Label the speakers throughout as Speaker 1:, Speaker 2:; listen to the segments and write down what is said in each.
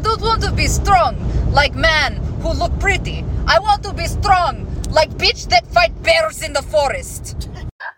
Speaker 1: don't want to be strong like men who look pretty. I want to be strong like bitch that fight bears in the forest.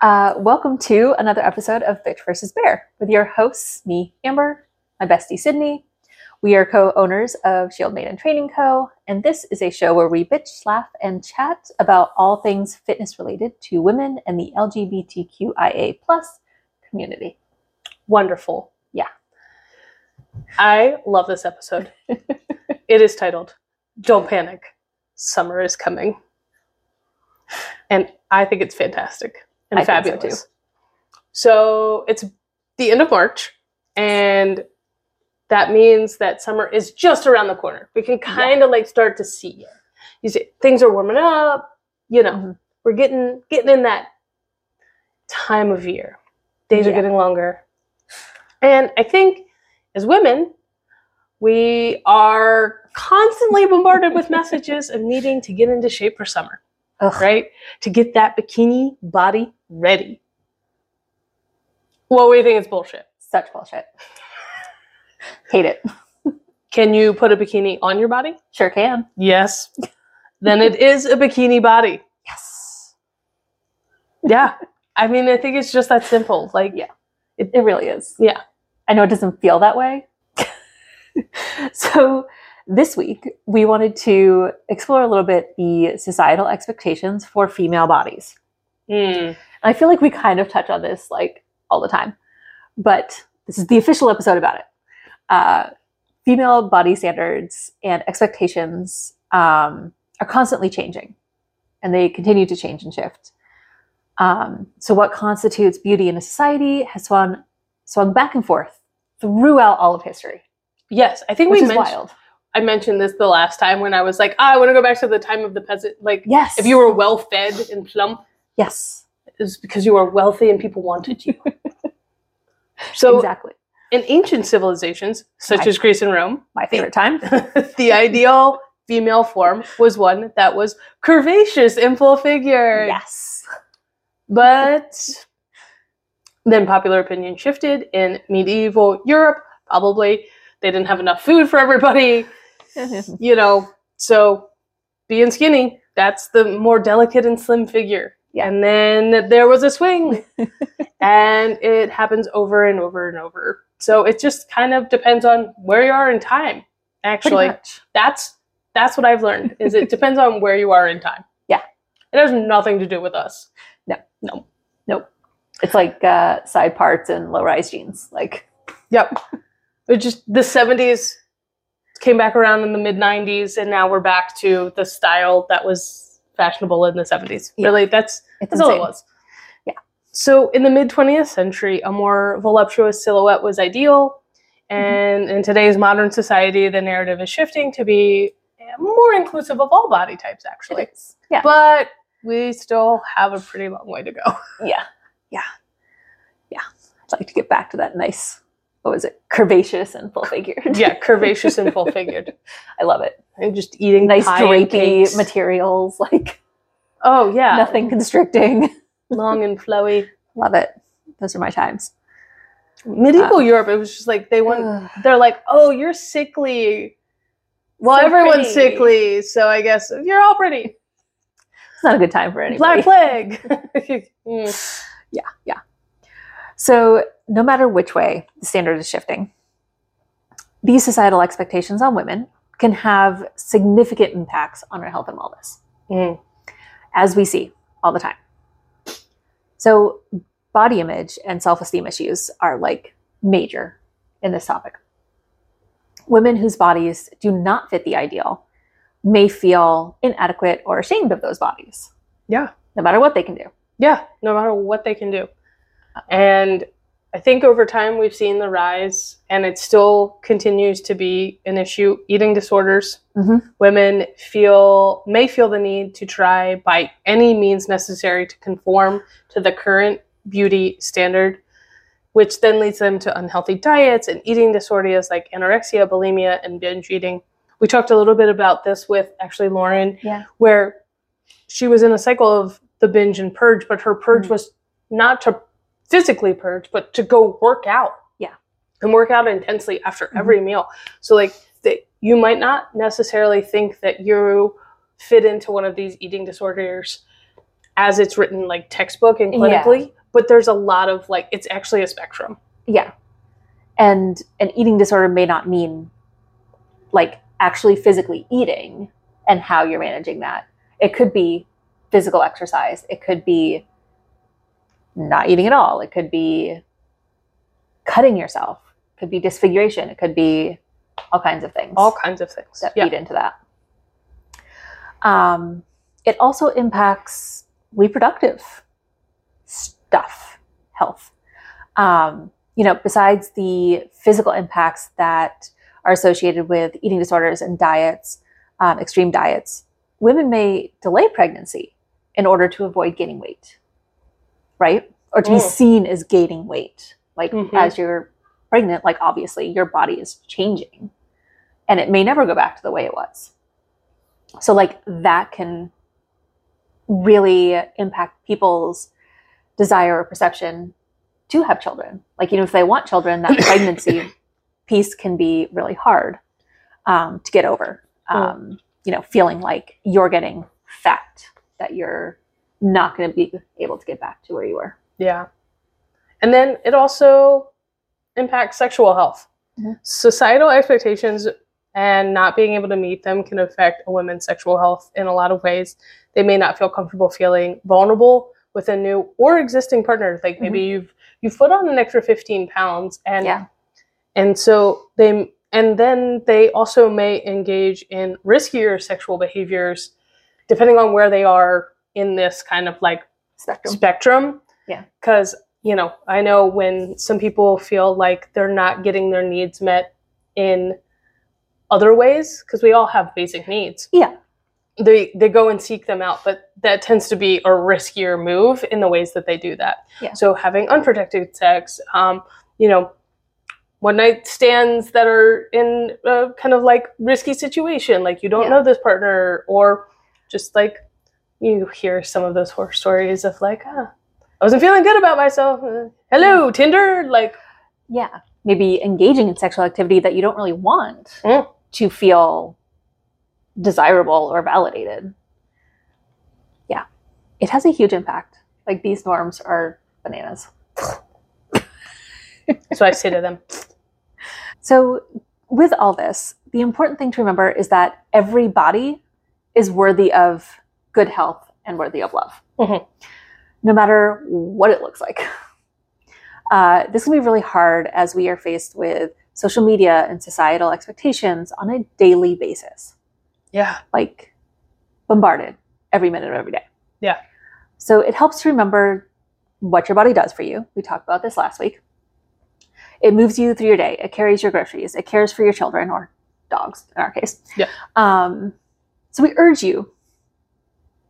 Speaker 2: Uh, welcome to another episode of Bitch vs. Bear with your hosts, me, Amber, my bestie, Sydney. We are co owners of Shield Maiden Training Co., and this is a show where we bitch, laugh, and chat about all things fitness related to women and the LGBTQIA community.
Speaker 3: Wonderful.
Speaker 2: Yeah.
Speaker 3: I love this episode. it is titled Don't Panic, Summer is Coming. And I think it's fantastic and
Speaker 2: I think so,
Speaker 3: fabulous. so it's the end of March, and that means that summer is just around the corner. We can kind of like start to see it. You see, things are warming up. You know,
Speaker 2: Mhm.
Speaker 3: we're getting getting in that time of year. Days are
Speaker 2: Yeah.
Speaker 3: getting longer, and I think as women, we are constantly bombarded with messages of needing to get into shape for summer,
Speaker 2: Ugh.
Speaker 3: right? To get that bikini body ready. Well, we think it's bullshit.
Speaker 2: Such bullshit. Hate it.
Speaker 3: Can you put a bikini on your body?
Speaker 2: Sure can.
Speaker 3: Yes. then it is a bikini body.
Speaker 2: Yes.
Speaker 3: Yeah. I mean, I think it's just that simple. Like,
Speaker 2: Yeah. It, it really is.
Speaker 3: Yeah.
Speaker 2: I know it doesn't feel that way. so, this week, we wanted to explore a little bit the societal expectations for female bodies.
Speaker 3: mm,
Speaker 2: I feel like we kind of touch on this like all the time, but this is the official episode about it. Uh, female body standards and expectations um, are constantly changing, and they continue to change and shift. Um, so, what constitutes beauty in a society has swung swung back and forth throughout all of history,
Speaker 3: yes. I think
Speaker 2: which
Speaker 3: we
Speaker 2: is
Speaker 3: mentioned,
Speaker 2: wild.
Speaker 3: I mentioned this the last time when I was like, ah, I want to go back to the time of the peasant. Like,
Speaker 2: Yes,
Speaker 3: if you were well fed and plump,
Speaker 2: yes,
Speaker 3: is because you were wealthy and people wanted you. so,
Speaker 2: exactly
Speaker 3: in ancient civilizations, such
Speaker 2: Right.
Speaker 3: as Greece and Rome,
Speaker 2: my favorite time.
Speaker 3: the ideal female form was one that was curvaceous in full figure.
Speaker 2: Yes,
Speaker 3: But then popular opinion shifted in medieval Europe. Probably they didn't have enough food for everybody, you know. So being skinny, that's the more delicate and slim figure.
Speaker 2: Yeah.
Speaker 3: And then there was a swing. and it happens over and over and over. So it just kind of depends on where you are in time,
Speaker 2: pretty
Speaker 3: actually
Speaker 2: much.
Speaker 3: that's that's what I've learned is it depends on where you are in time.
Speaker 2: Yeah.
Speaker 3: It has nothing to do with us.
Speaker 2: It's like uh, side parts and low rise jeans, like.
Speaker 3: Yep. It just the 70s came back around in the mid 90s and now we're back to the style that was fashionable in the 70s.
Speaker 2: Yeah.
Speaker 3: Really that's
Speaker 2: It's
Speaker 3: that's all it
Speaker 2: insane.
Speaker 3: was.
Speaker 2: Yeah.
Speaker 3: So in the mid 20th century, a more voluptuous silhouette was ideal.
Speaker 2: Mm-hmm.
Speaker 3: And in today's modern society, the narrative is shifting to be more inclusive of all body types, actually.
Speaker 2: It is. Yeah.
Speaker 3: but we still have a pretty long way to go.
Speaker 2: yeah. Yeah. Yeah. I'd like to get back to that nice, what was it? Curvaceous and full figured.
Speaker 3: Yeah, curvaceous and full figured,
Speaker 2: I love it.
Speaker 3: and just eating
Speaker 2: Nice
Speaker 3: pie and cakes.
Speaker 2: drapey materials, like
Speaker 3: Oh yeah,
Speaker 2: nothing constricting.
Speaker 3: long and flowy.
Speaker 2: love it. Those are my times.
Speaker 3: Medieval Europe, it was just like they want.
Speaker 2: Ugh.
Speaker 3: They're like, oh, you're sickly. Well,
Speaker 2: So
Speaker 3: everyone's
Speaker 2: pretty.
Speaker 3: sickly, so I guess you're all pretty.
Speaker 2: It's not a good time for anybody.
Speaker 3: Black plague. Mm.
Speaker 2: So, no matter which way the standard is shifting, these societal expectations on women can have significant impacts on our health and wellness.
Speaker 3: Mm.
Speaker 2: as we see all the time. So, body image and self esteem issues are like major in this topic. Women whose bodies do not fit the ideal may feel inadequate or ashamed of those bodies.
Speaker 3: Yeah.
Speaker 2: No matter what they can do.
Speaker 3: Yeah, no matter what they can do. And I think over time we've seen the rise, and it still continues to be an issue. Eating disorders.
Speaker 2: Mhm.
Speaker 3: Women feel may feel the need to try by any means necessary to conform to the current beauty standard, which then leads them to unhealthy diets and eating disorders like anorexia, bulimia, and binge eating. We talked a little bit about this with actually Lauren
Speaker 2: Yeah.
Speaker 3: where she was in a cycle of the binge and purge, but her purge
Speaker 2: Mhm.
Speaker 3: was not to physically purge, but to go work out.
Speaker 2: Yeah. Mm-hmm.
Speaker 3: And work out intensely after every meal. So like the you might not necessarily think that you fit into one of these eating disorders as it's written like textbook and
Speaker 2: Yeah.
Speaker 3: clinically but there's a lot of like it's actually a spectrum
Speaker 2: Yeah. And an eating disorder may not mean like actually physically eating and how you're managing that. It could be physical exercise, it could be not eating at all, it could be cutting yourself, it could be disfiguration, it could be all kinds of things
Speaker 3: all kinds of things
Speaker 2: that
Speaker 3: yeah
Speaker 2: feed into that. Um, it also impacts reproductive stuff, health. Um, you know, besides the physical impacts that are associated with eating disorders and diets, um, extreme diets, women may delay pregnancy in order to avoid gaining weight, right? Or to be
Speaker 3: Mm.
Speaker 2: seen as gaining weight. Like,
Speaker 3: Mhm.
Speaker 2: as you're pregnant, like, obviously, your body is changing and it may never go back to the way it was. So, like, that can really impact people's desire or perception to have children. Like, even if they want children, that pregnancy piece can be really hard um, to get over. Um, You know, feeling like you're getting fat that you're not going to be able to get back to where you were.
Speaker 3: Yeah. And then it also impacts sexual health.
Speaker 2: Mhm.
Speaker 3: Societal expectations and not being able to meet them can affect a woman's sexual health in a lot of ways. They may not feel comfortable feeling vulnerable with a new or existing partner. Like maybe you've you've put on an extra 15 pounds and
Speaker 2: Yeah.
Speaker 3: and so they and then they also may engage in riskier sexual behaviors depending on where they are in this kind of like
Speaker 2: Spectrum.
Speaker 3: spectrum.
Speaker 2: Yeah.
Speaker 3: Because, you know, I know when some people feel like they're not getting their needs met in other ways, because we all have basic needs.
Speaker 2: Yeah.
Speaker 3: They they go and seek them out, but that tends to be a riskier move in the ways that they do that.
Speaker 2: Yeah.
Speaker 3: So having unprotected sex, um, you know, one night stands that are in a kind of like risky situation, like you don't
Speaker 2: Yeah.
Speaker 3: know this partner, or just like you hear some of those horror stories of like, ah, I wasn't feeling good about myself. Uh, hello, Tinder. Like,
Speaker 2: yeah maybe engaging in sexual activity that you don't really want
Speaker 3: Mm.
Speaker 2: to feel desirable or validated yeah it has a huge impact like these norms are bananas
Speaker 3: so I say to them,
Speaker 2: so with all this the important thing to remember is that every body is worthy of good health and worthy of love
Speaker 3: Mhm.
Speaker 2: no matter what it looks like Uh, this can be really hard as we are faced with social media and societal expectations on a daily basis,
Speaker 3: yeah,
Speaker 2: like bombarded every minute of every day.
Speaker 3: Yeah.
Speaker 2: So it helps to remember what your body does for you. We talked about this last week. It moves you through your day, it carries your groceries, it cares for your children or dogs in our case.
Speaker 3: Yeah.
Speaker 2: Um, so we urge you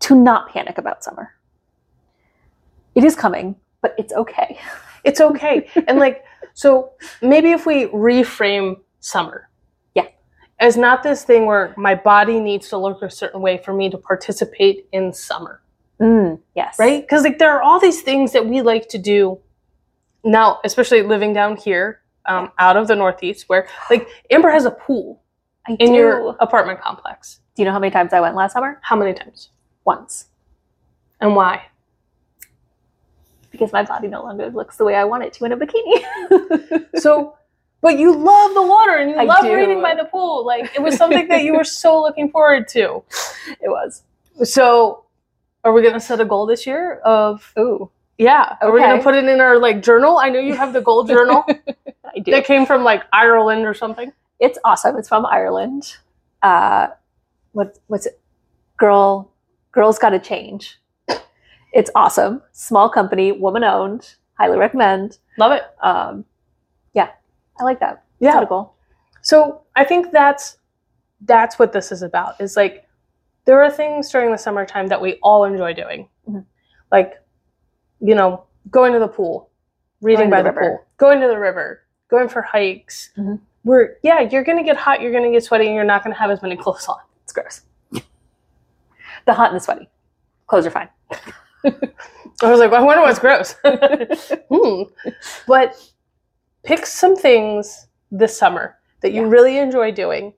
Speaker 2: to not panic about summer. It is coming, but it's okay.
Speaker 3: it's okay. and like, so maybe if we reframe summer.
Speaker 2: Yeah.
Speaker 3: As not this thing where my body needs to look a certain way for me to participate in summer.
Speaker 2: Mm, yes.
Speaker 3: right? Because like there are all these things that we like to do now, especially living down here, um, out of the Northeast, where like Amber has a pool
Speaker 2: I
Speaker 3: in
Speaker 2: do.
Speaker 3: your apartment complex.
Speaker 2: do you know how many times I went last summer?
Speaker 3: How many times
Speaker 2: Once.
Speaker 3: and why?
Speaker 2: Because my body no longer looks the way I want it to in a bikini.
Speaker 3: So, but you love the water and you
Speaker 2: I
Speaker 3: love
Speaker 2: do.
Speaker 3: reading by the pool. Like it was something that you were so looking forward to.
Speaker 2: it was.
Speaker 3: So, are we gonna set a goal this year of?
Speaker 2: Ooh.
Speaker 3: Yeah, are we gonna
Speaker 2: Okay.
Speaker 3: put it in our like journal? I know you have the goal journal
Speaker 2: I do.
Speaker 3: that came from like Ireland or something.
Speaker 2: it's awesome. It's from Ireland. Uh, what what's it? Girl Girls Gotta Change. It's awesome. Small company, woman owned. Highly recommend.
Speaker 3: Love it.
Speaker 2: Um, yeah. I like that. It's not a goal.
Speaker 3: So I think that's that's what this is about. Is like there are things during the summertime that we all enjoy doing,
Speaker 2: Mhm.
Speaker 3: like you know going to the pool, reading
Speaker 2: Going to
Speaker 3: by
Speaker 2: the
Speaker 3: the,
Speaker 2: river.
Speaker 3: pool, going to the river, going for hikes.
Speaker 2: Mhm.
Speaker 3: We're yeah, you're gonna get hot, you're gonna get sweaty, and you're not gonna have as many clothes on.
Speaker 2: It's gross. the hot and the sweaty. Clothes are fine.
Speaker 3: I was like, I wonder what's gross. Hmm. But pick some things this summer that you
Speaker 2: Yeah.
Speaker 3: really enjoy doing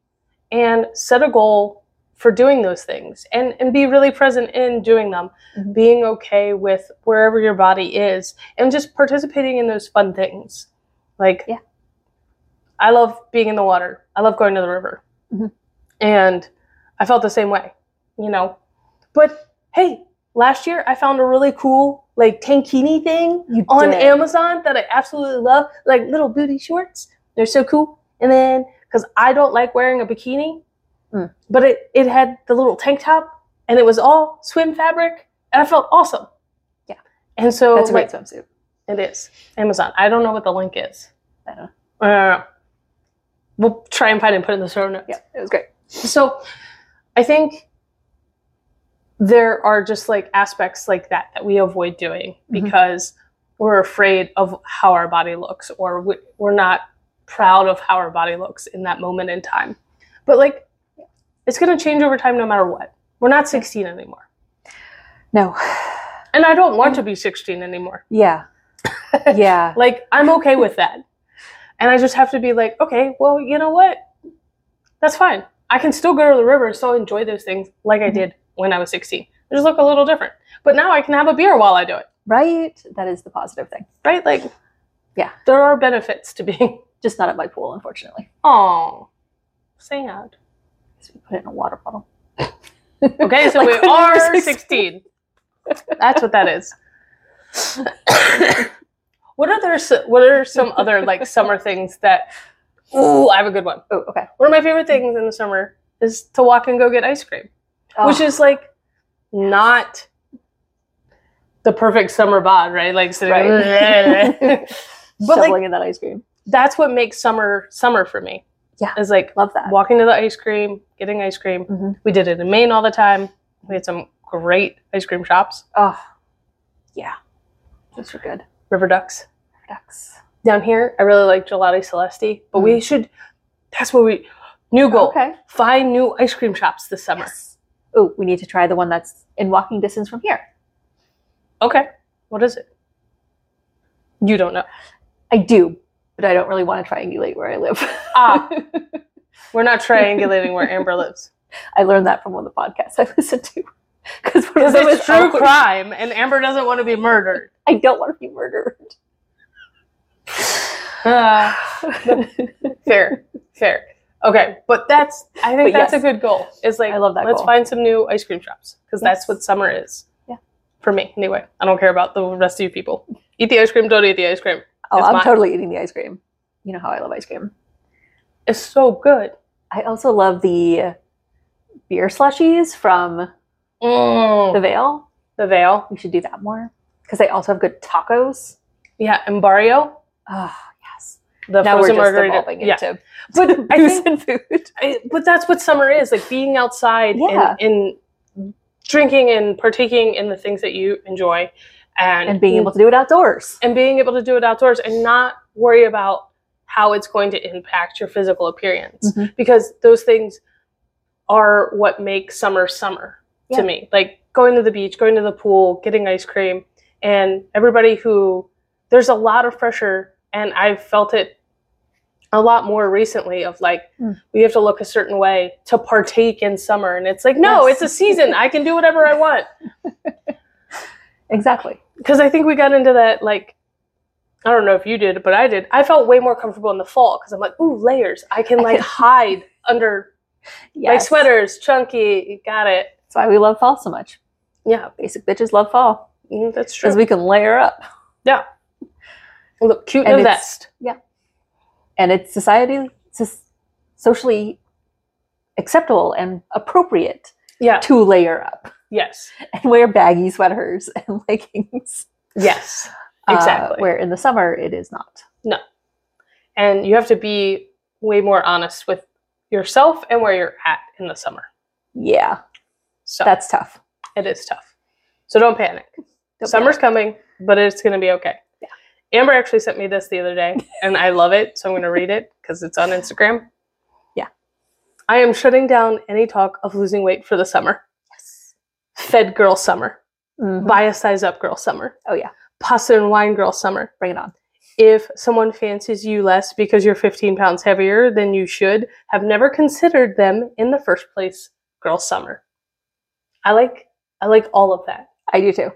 Speaker 3: and set a goal for doing those things and, and be really present in doing them,
Speaker 2: Mhm.
Speaker 3: being okay with wherever your body is and just participating in those fun things. Like,
Speaker 2: Yeah.
Speaker 3: I love being in the water, I love going to the river.
Speaker 2: Mhm.
Speaker 3: And I felt the same way, you know. But hey, last year I found a really cool, like, tankini thing
Speaker 2: You
Speaker 3: on
Speaker 2: did.
Speaker 3: Amazon that I absolutely love, like little booty shorts. They're so cool. And then because I don't like wearing a bikini,
Speaker 2: Mm.
Speaker 3: but it, it had the little tank top and it was all swim fabric and I felt awesome.
Speaker 2: Yeah.
Speaker 3: And so
Speaker 2: That's a
Speaker 3: like,
Speaker 2: great swimsuit.
Speaker 3: it is Amazon. I don't know what the link is.
Speaker 2: I don't
Speaker 3: Uh, we'll try and find it and put it in the show notes.
Speaker 2: Yeah, it was great.
Speaker 3: So I think there are just like aspects like that that we avoid doing
Speaker 2: Mhm.
Speaker 3: because we're afraid of how our body looks or we- we're not proud of how our body looks in that moment in time. But like it's going to change over time no matter what. We're not 16 anymore.
Speaker 2: No.
Speaker 3: And I don't want to be 16 anymore.
Speaker 2: Yeah. Yeah.
Speaker 3: Like I'm okay with that. And I just have to be like, okay, well, you know what? That's fine. I can still go to the river and still enjoy those things like I
Speaker 2: Mhm.
Speaker 3: did when I was 16. They just look a little different. But now I can have a beer while I do it,
Speaker 2: right? That is the positive thing.
Speaker 3: right? Like,
Speaker 2: Yeah.
Speaker 3: there are benefits to being.
Speaker 2: Just not at my pool, unfortunately.
Speaker 3: Oh, sad.
Speaker 2: 'Cause we put it in a water bottle.
Speaker 3: Okay, so
Speaker 2: Like
Speaker 3: we
Speaker 2: when we were
Speaker 3: are 16.
Speaker 2: 16.
Speaker 3: That's what that is. what are there? s- What are some other like summer things that? Ooh, I have a good one.
Speaker 2: Oh, okay.
Speaker 3: One of my favorite things in the summer is to walk and go get ice cream.
Speaker 2: Oh,
Speaker 3: which is like not the perfect summer bod, right? Like sitting
Speaker 2: Right.
Speaker 3: but
Speaker 2: shoveling
Speaker 3: like
Speaker 2: in that ice cream.
Speaker 3: that's what makes summer summer for me.
Speaker 2: Yeah.
Speaker 3: is like
Speaker 2: Love that.
Speaker 3: walking to the ice cream, getting ice cream.
Speaker 2: Mhm.
Speaker 3: We did it in Maine all the time. We had some great ice cream shops,
Speaker 2: Oh, yeah. Those are good.
Speaker 3: River Ducks.
Speaker 2: Ducks.
Speaker 3: Down here, I really like Gelati Celesti, but we should. That's what we. New goal:
Speaker 2: Mm. Okay.
Speaker 3: find new ice cream shops this summer.
Speaker 2: Yes. Oh, we need to try the one that's in walking distance from here.
Speaker 3: Okay, what is it? You don't know.
Speaker 2: I do, but I don't really want to triangulate where I live.
Speaker 3: Ah, we're not triangulating where Amber lives.
Speaker 2: I learned that from one of the podcasts I listened to. Because one of
Speaker 3: Because
Speaker 2: them
Speaker 3: it's
Speaker 2: is
Speaker 3: true
Speaker 2: always,
Speaker 3: crime, and Amber doesn't want to be murdered.
Speaker 2: I don't want to be murdered.
Speaker 3: Uh, fair, fair. Okay, but that's I think
Speaker 2: But
Speaker 3: that's
Speaker 2: yes.
Speaker 3: a good goal. It's like
Speaker 2: I love that
Speaker 3: Let's
Speaker 2: goal.
Speaker 3: find some new ice cream shops because that's
Speaker 2: Yes.
Speaker 3: what summer is.
Speaker 2: Yeah.
Speaker 3: For me, anyway. I don't care about the rest of you people. Eat the ice cream. Don't eat the ice cream.
Speaker 2: Oh,
Speaker 3: It's
Speaker 2: I'm
Speaker 3: mine.
Speaker 2: totally eating the ice cream. You know how I love ice cream.
Speaker 3: It's so good.
Speaker 2: I also love the beer slushies from
Speaker 3: Mm.
Speaker 2: the Vale.
Speaker 3: The veil.
Speaker 2: We should do that more because they also have good tacos.
Speaker 3: Yeah, and Barrio.
Speaker 2: Oh, yes.
Speaker 3: The
Speaker 2: now we're
Speaker 3: frozen
Speaker 2: just
Speaker 3: margarita.
Speaker 2: evolving
Speaker 3: yeah.
Speaker 2: into
Speaker 3: But I
Speaker 2: booze
Speaker 3: think-
Speaker 2: and food.
Speaker 3: I, but that's what summer is like being outside
Speaker 2: Yeah.
Speaker 3: and, and drinking and partaking in the things that you enjoy and,
Speaker 2: And being able to do it outdoors.
Speaker 3: and being able to do it outdoors and not worry about how it's going to impact your physical appearance
Speaker 2: Mhm.
Speaker 3: because those things are what make summer summer
Speaker 2: Yeah.
Speaker 3: to me like going to the beach going to the pool getting ice cream and everybody who there's a lot of pressure and i've felt it a lot more recently of like
Speaker 2: Mm.
Speaker 3: we have to look a certain way to partake in summer and it's like no
Speaker 2: Yes.
Speaker 3: it's a season i can do whatever i want
Speaker 2: Exactly.
Speaker 3: because I think we got into that like I don't know if you did, but I did. I felt way more comfortable in the fall because I'm like, ooh, layers. I can like hide under my
Speaker 2: Yes.
Speaker 3: sweaters, chunky. Got it.
Speaker 2: That's why we love fall so much.
Speaker 3: Yeah,
Speaker 2: Basic bitches love fall
Speaker 3: mm, that's true.
Speaker 2: because we can layer up.
Speaker 3: Look cute in
Speaker 2: and
Speaker 3: a
Speaker 2: it's-
Speaker 3: vest.
Speaker 2: And it's society, it's socially acceptable and appropriate
Speaker 3: Yeah.
Speaker 2: to layer up.
Speaker 3: Yes.
Speaker 2: and wear baggy sweaters and leggings.
Speaker 3: Yes.
Speaker 2: uh,
Speaker 3: Exactly.
Speaker 2: where in the summer it is not.
Speaker 3: and you have to be way more honest with yourself and where you're at in the summer.
Speaker 2: Yeah,
Speaker 3: So
Speaker 2: that's tough.
Speaker 3: it is tough. So don't panic.
Speaker 2: Don't
Speaker 3: Summer's
Speaker 2: be
Speaker 3: coming, but it's going to be okay.
Speaker 2: Yeah.
Speaker 3: Amber actually sent me this the other day, and I love it, so I'm going to read it because it's on Instagram.
Speaker 2: Yeah.
Speaker 3: I am shutting down any talk of losing weight for the summer. Yes. Fed girl summer.
Speaker 2: like, mhm,
Speaker 3: Buy a size up girl summer.
Speaker 2: Oh, yeah.
Speaker 3: Pasta and wine girl summer.
Speaker 2: Bring it on.
Speaker 3: if someone fancies you less because you're 15 pounds heavier than you should, have never considered them in the first place, girl summer. I like I like all of that.
Speaker 2: I do too.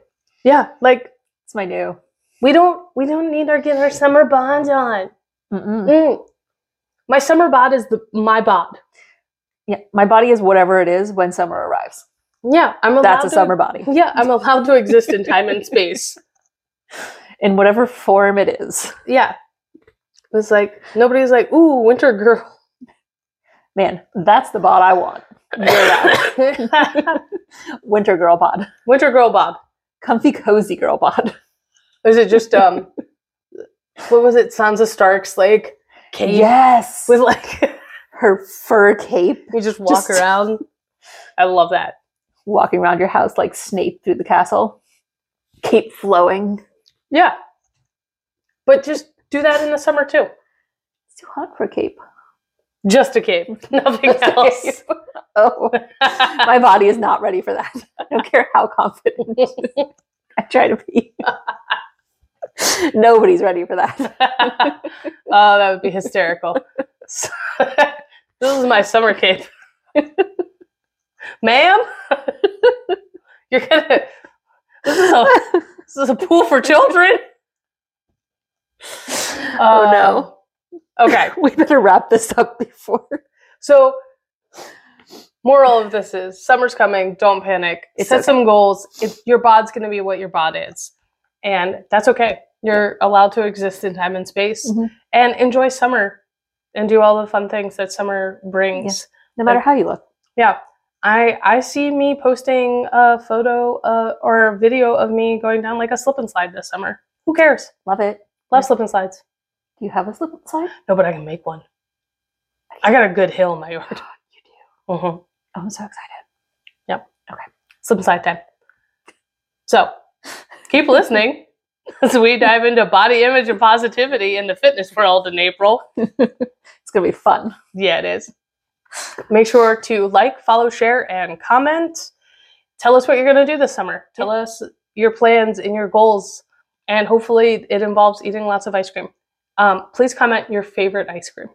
Speaker 3: Yeah, like
Speaker 2: It's my new.
Speaker 3: we don't we don't need our get our summer bond on.
Speaker 2: Mm-mm.
Speaker 3: Mm. My summer bod is the my bod.
Speaker 2: Yeah, my body is whatever it is when summer arrives.
Speaker 3: Yeah, I'm allowed
Speaker 2: That's a
Speaker 3: to,
Speaker 2: summer body
Speaker 3: Yeah, I'm allowed to exist in time and space.
Speaker 2: in whatever form it is.
Speaker 3: Yeah. It was like nobody's like, ooh, winter girl.
Speaker 2: Man, that's the bod I want. Winter girl bod,
Speaker 3: winter girl bod.
Speaker 2: comfy cozy girl bod.
Speaker 3: Is it just um what was it? Sansa Stark's like cape
Speaker 2: Yes,
Speaker 3: with like
Speaker 2: her fur cape,
Speaker 3: you just walk
Speaker 2: Just-
Speaker 3: around. I love that.
Speaker 2: walking around your house like Snape through the castle, cape flowing.
Speaker 3: Yeah. But just do that in the summer too.
Speaker 2: It's too hot for a cape.
Speaker 3: Just a cape. Nothing
Speaker 2: Just a
Speaker 3: else.
Speaker 2: cape. Oh, my body is not ready for that. I don't care how confident I try to be. Nobody's ready for that.
Speaker 3: oh, that would be hysterical. this is my summer cape. Ma'am? You're gonna this is, a, this is a pool for children.
Speaker 2: Oh, no.
Speaker 3: Uh, Okay.
Speaker 2: we better wrap this up before
Speaker 3: So, moral of this is summer's coming. Don't panic.
Speaker 2: It's
Speaker 3: Set
Speaker 2: okay.
Speaker 3: some goals. If your bod's going to be what your bod is, and that's okay. You're allowed to exist in time and space,
Speaker 2: Mhm.
Speaker 3: and enjoy summer, and do all the fun things that summer brings.
Speaker 2: no matter how you look
Speaker 3: Yeah. I, I see me posting a photo uh, or a video of me going down like a slip and slide this summer. Who cares?
Speaker 2: love it
Speaker 3: Love slip and slides.
Speaker 2: do you have a slip inside
Speaker 3: No, but I can make one. I got a good hill in my yard. you do. hmm
Speaker 2: oh, i'm so excited
Speaker 3: slip and slide time. So keep listening as we dive into body image and positivity in the fitness world in April.
Speaker 2: it's gonna be fun
Speaker 3: Yeah, it is. Make sure to like, follow, share, and comment. Tell us what you're going to do this summer. Tell us your plans and your goals. And hopefully, it involves eating lots of ice cream. Um, please comment your favorite ice cream.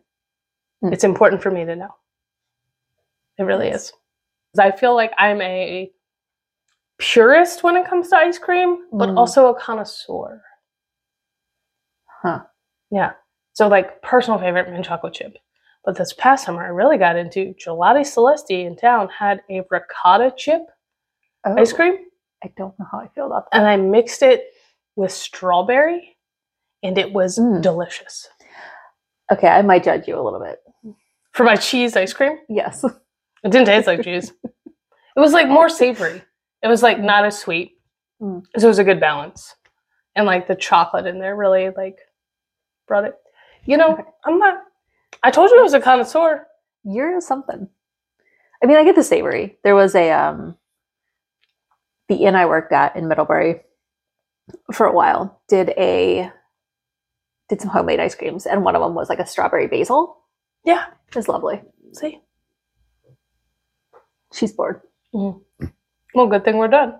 Speaker 2: Mm.
Speaker 3: It's important for me to know. It really is. 'Cause I feel like I'm a purist when it comes to ice cream, but
Speaker 2: Mm.
Speaker 3: also a connoisseur.
Speaker 2: Huh.
Speaker 3: Yeah. So, like, personal favorite mint chocolate chip. But this past summer, I really got into Gelati Celesti in town had a ricotta chip
Speaker 2: oh,
Speaker 3: ice cream,
Speaker 2: i don't know how i feel about that
Speaker 3: and I mixed it with strawberry, and it was
Speaker 2: Mm.
Speaker 3: delicious.
Speaker 2: okay i might judge you a little bit
Speaker 3: For my cheese ice cream,
Speaker 2: yes
Speaker 3: it didn't taste like cheese. It was like more savory. It was like not as sweet.
Speaker 2: Mm.
Speaker 3: So it was a good balance. And like the chocolate in there really like brought it. You know,
Speaker 2: Okay.
Speaker 3: I'm not I told you I was a connoisseur.
Speaker 2: you're something i mean i get the savory there was a um the inn i worked at in middlebury for a while did a did some homemade ice creams and one of them was like a strawberry basil
Speaker 3: Yeah.
Speaker 2: it's lovely
Speaker 3: See?
Speaker 2: she's bored
Speaker 3: Well, good thing we're done.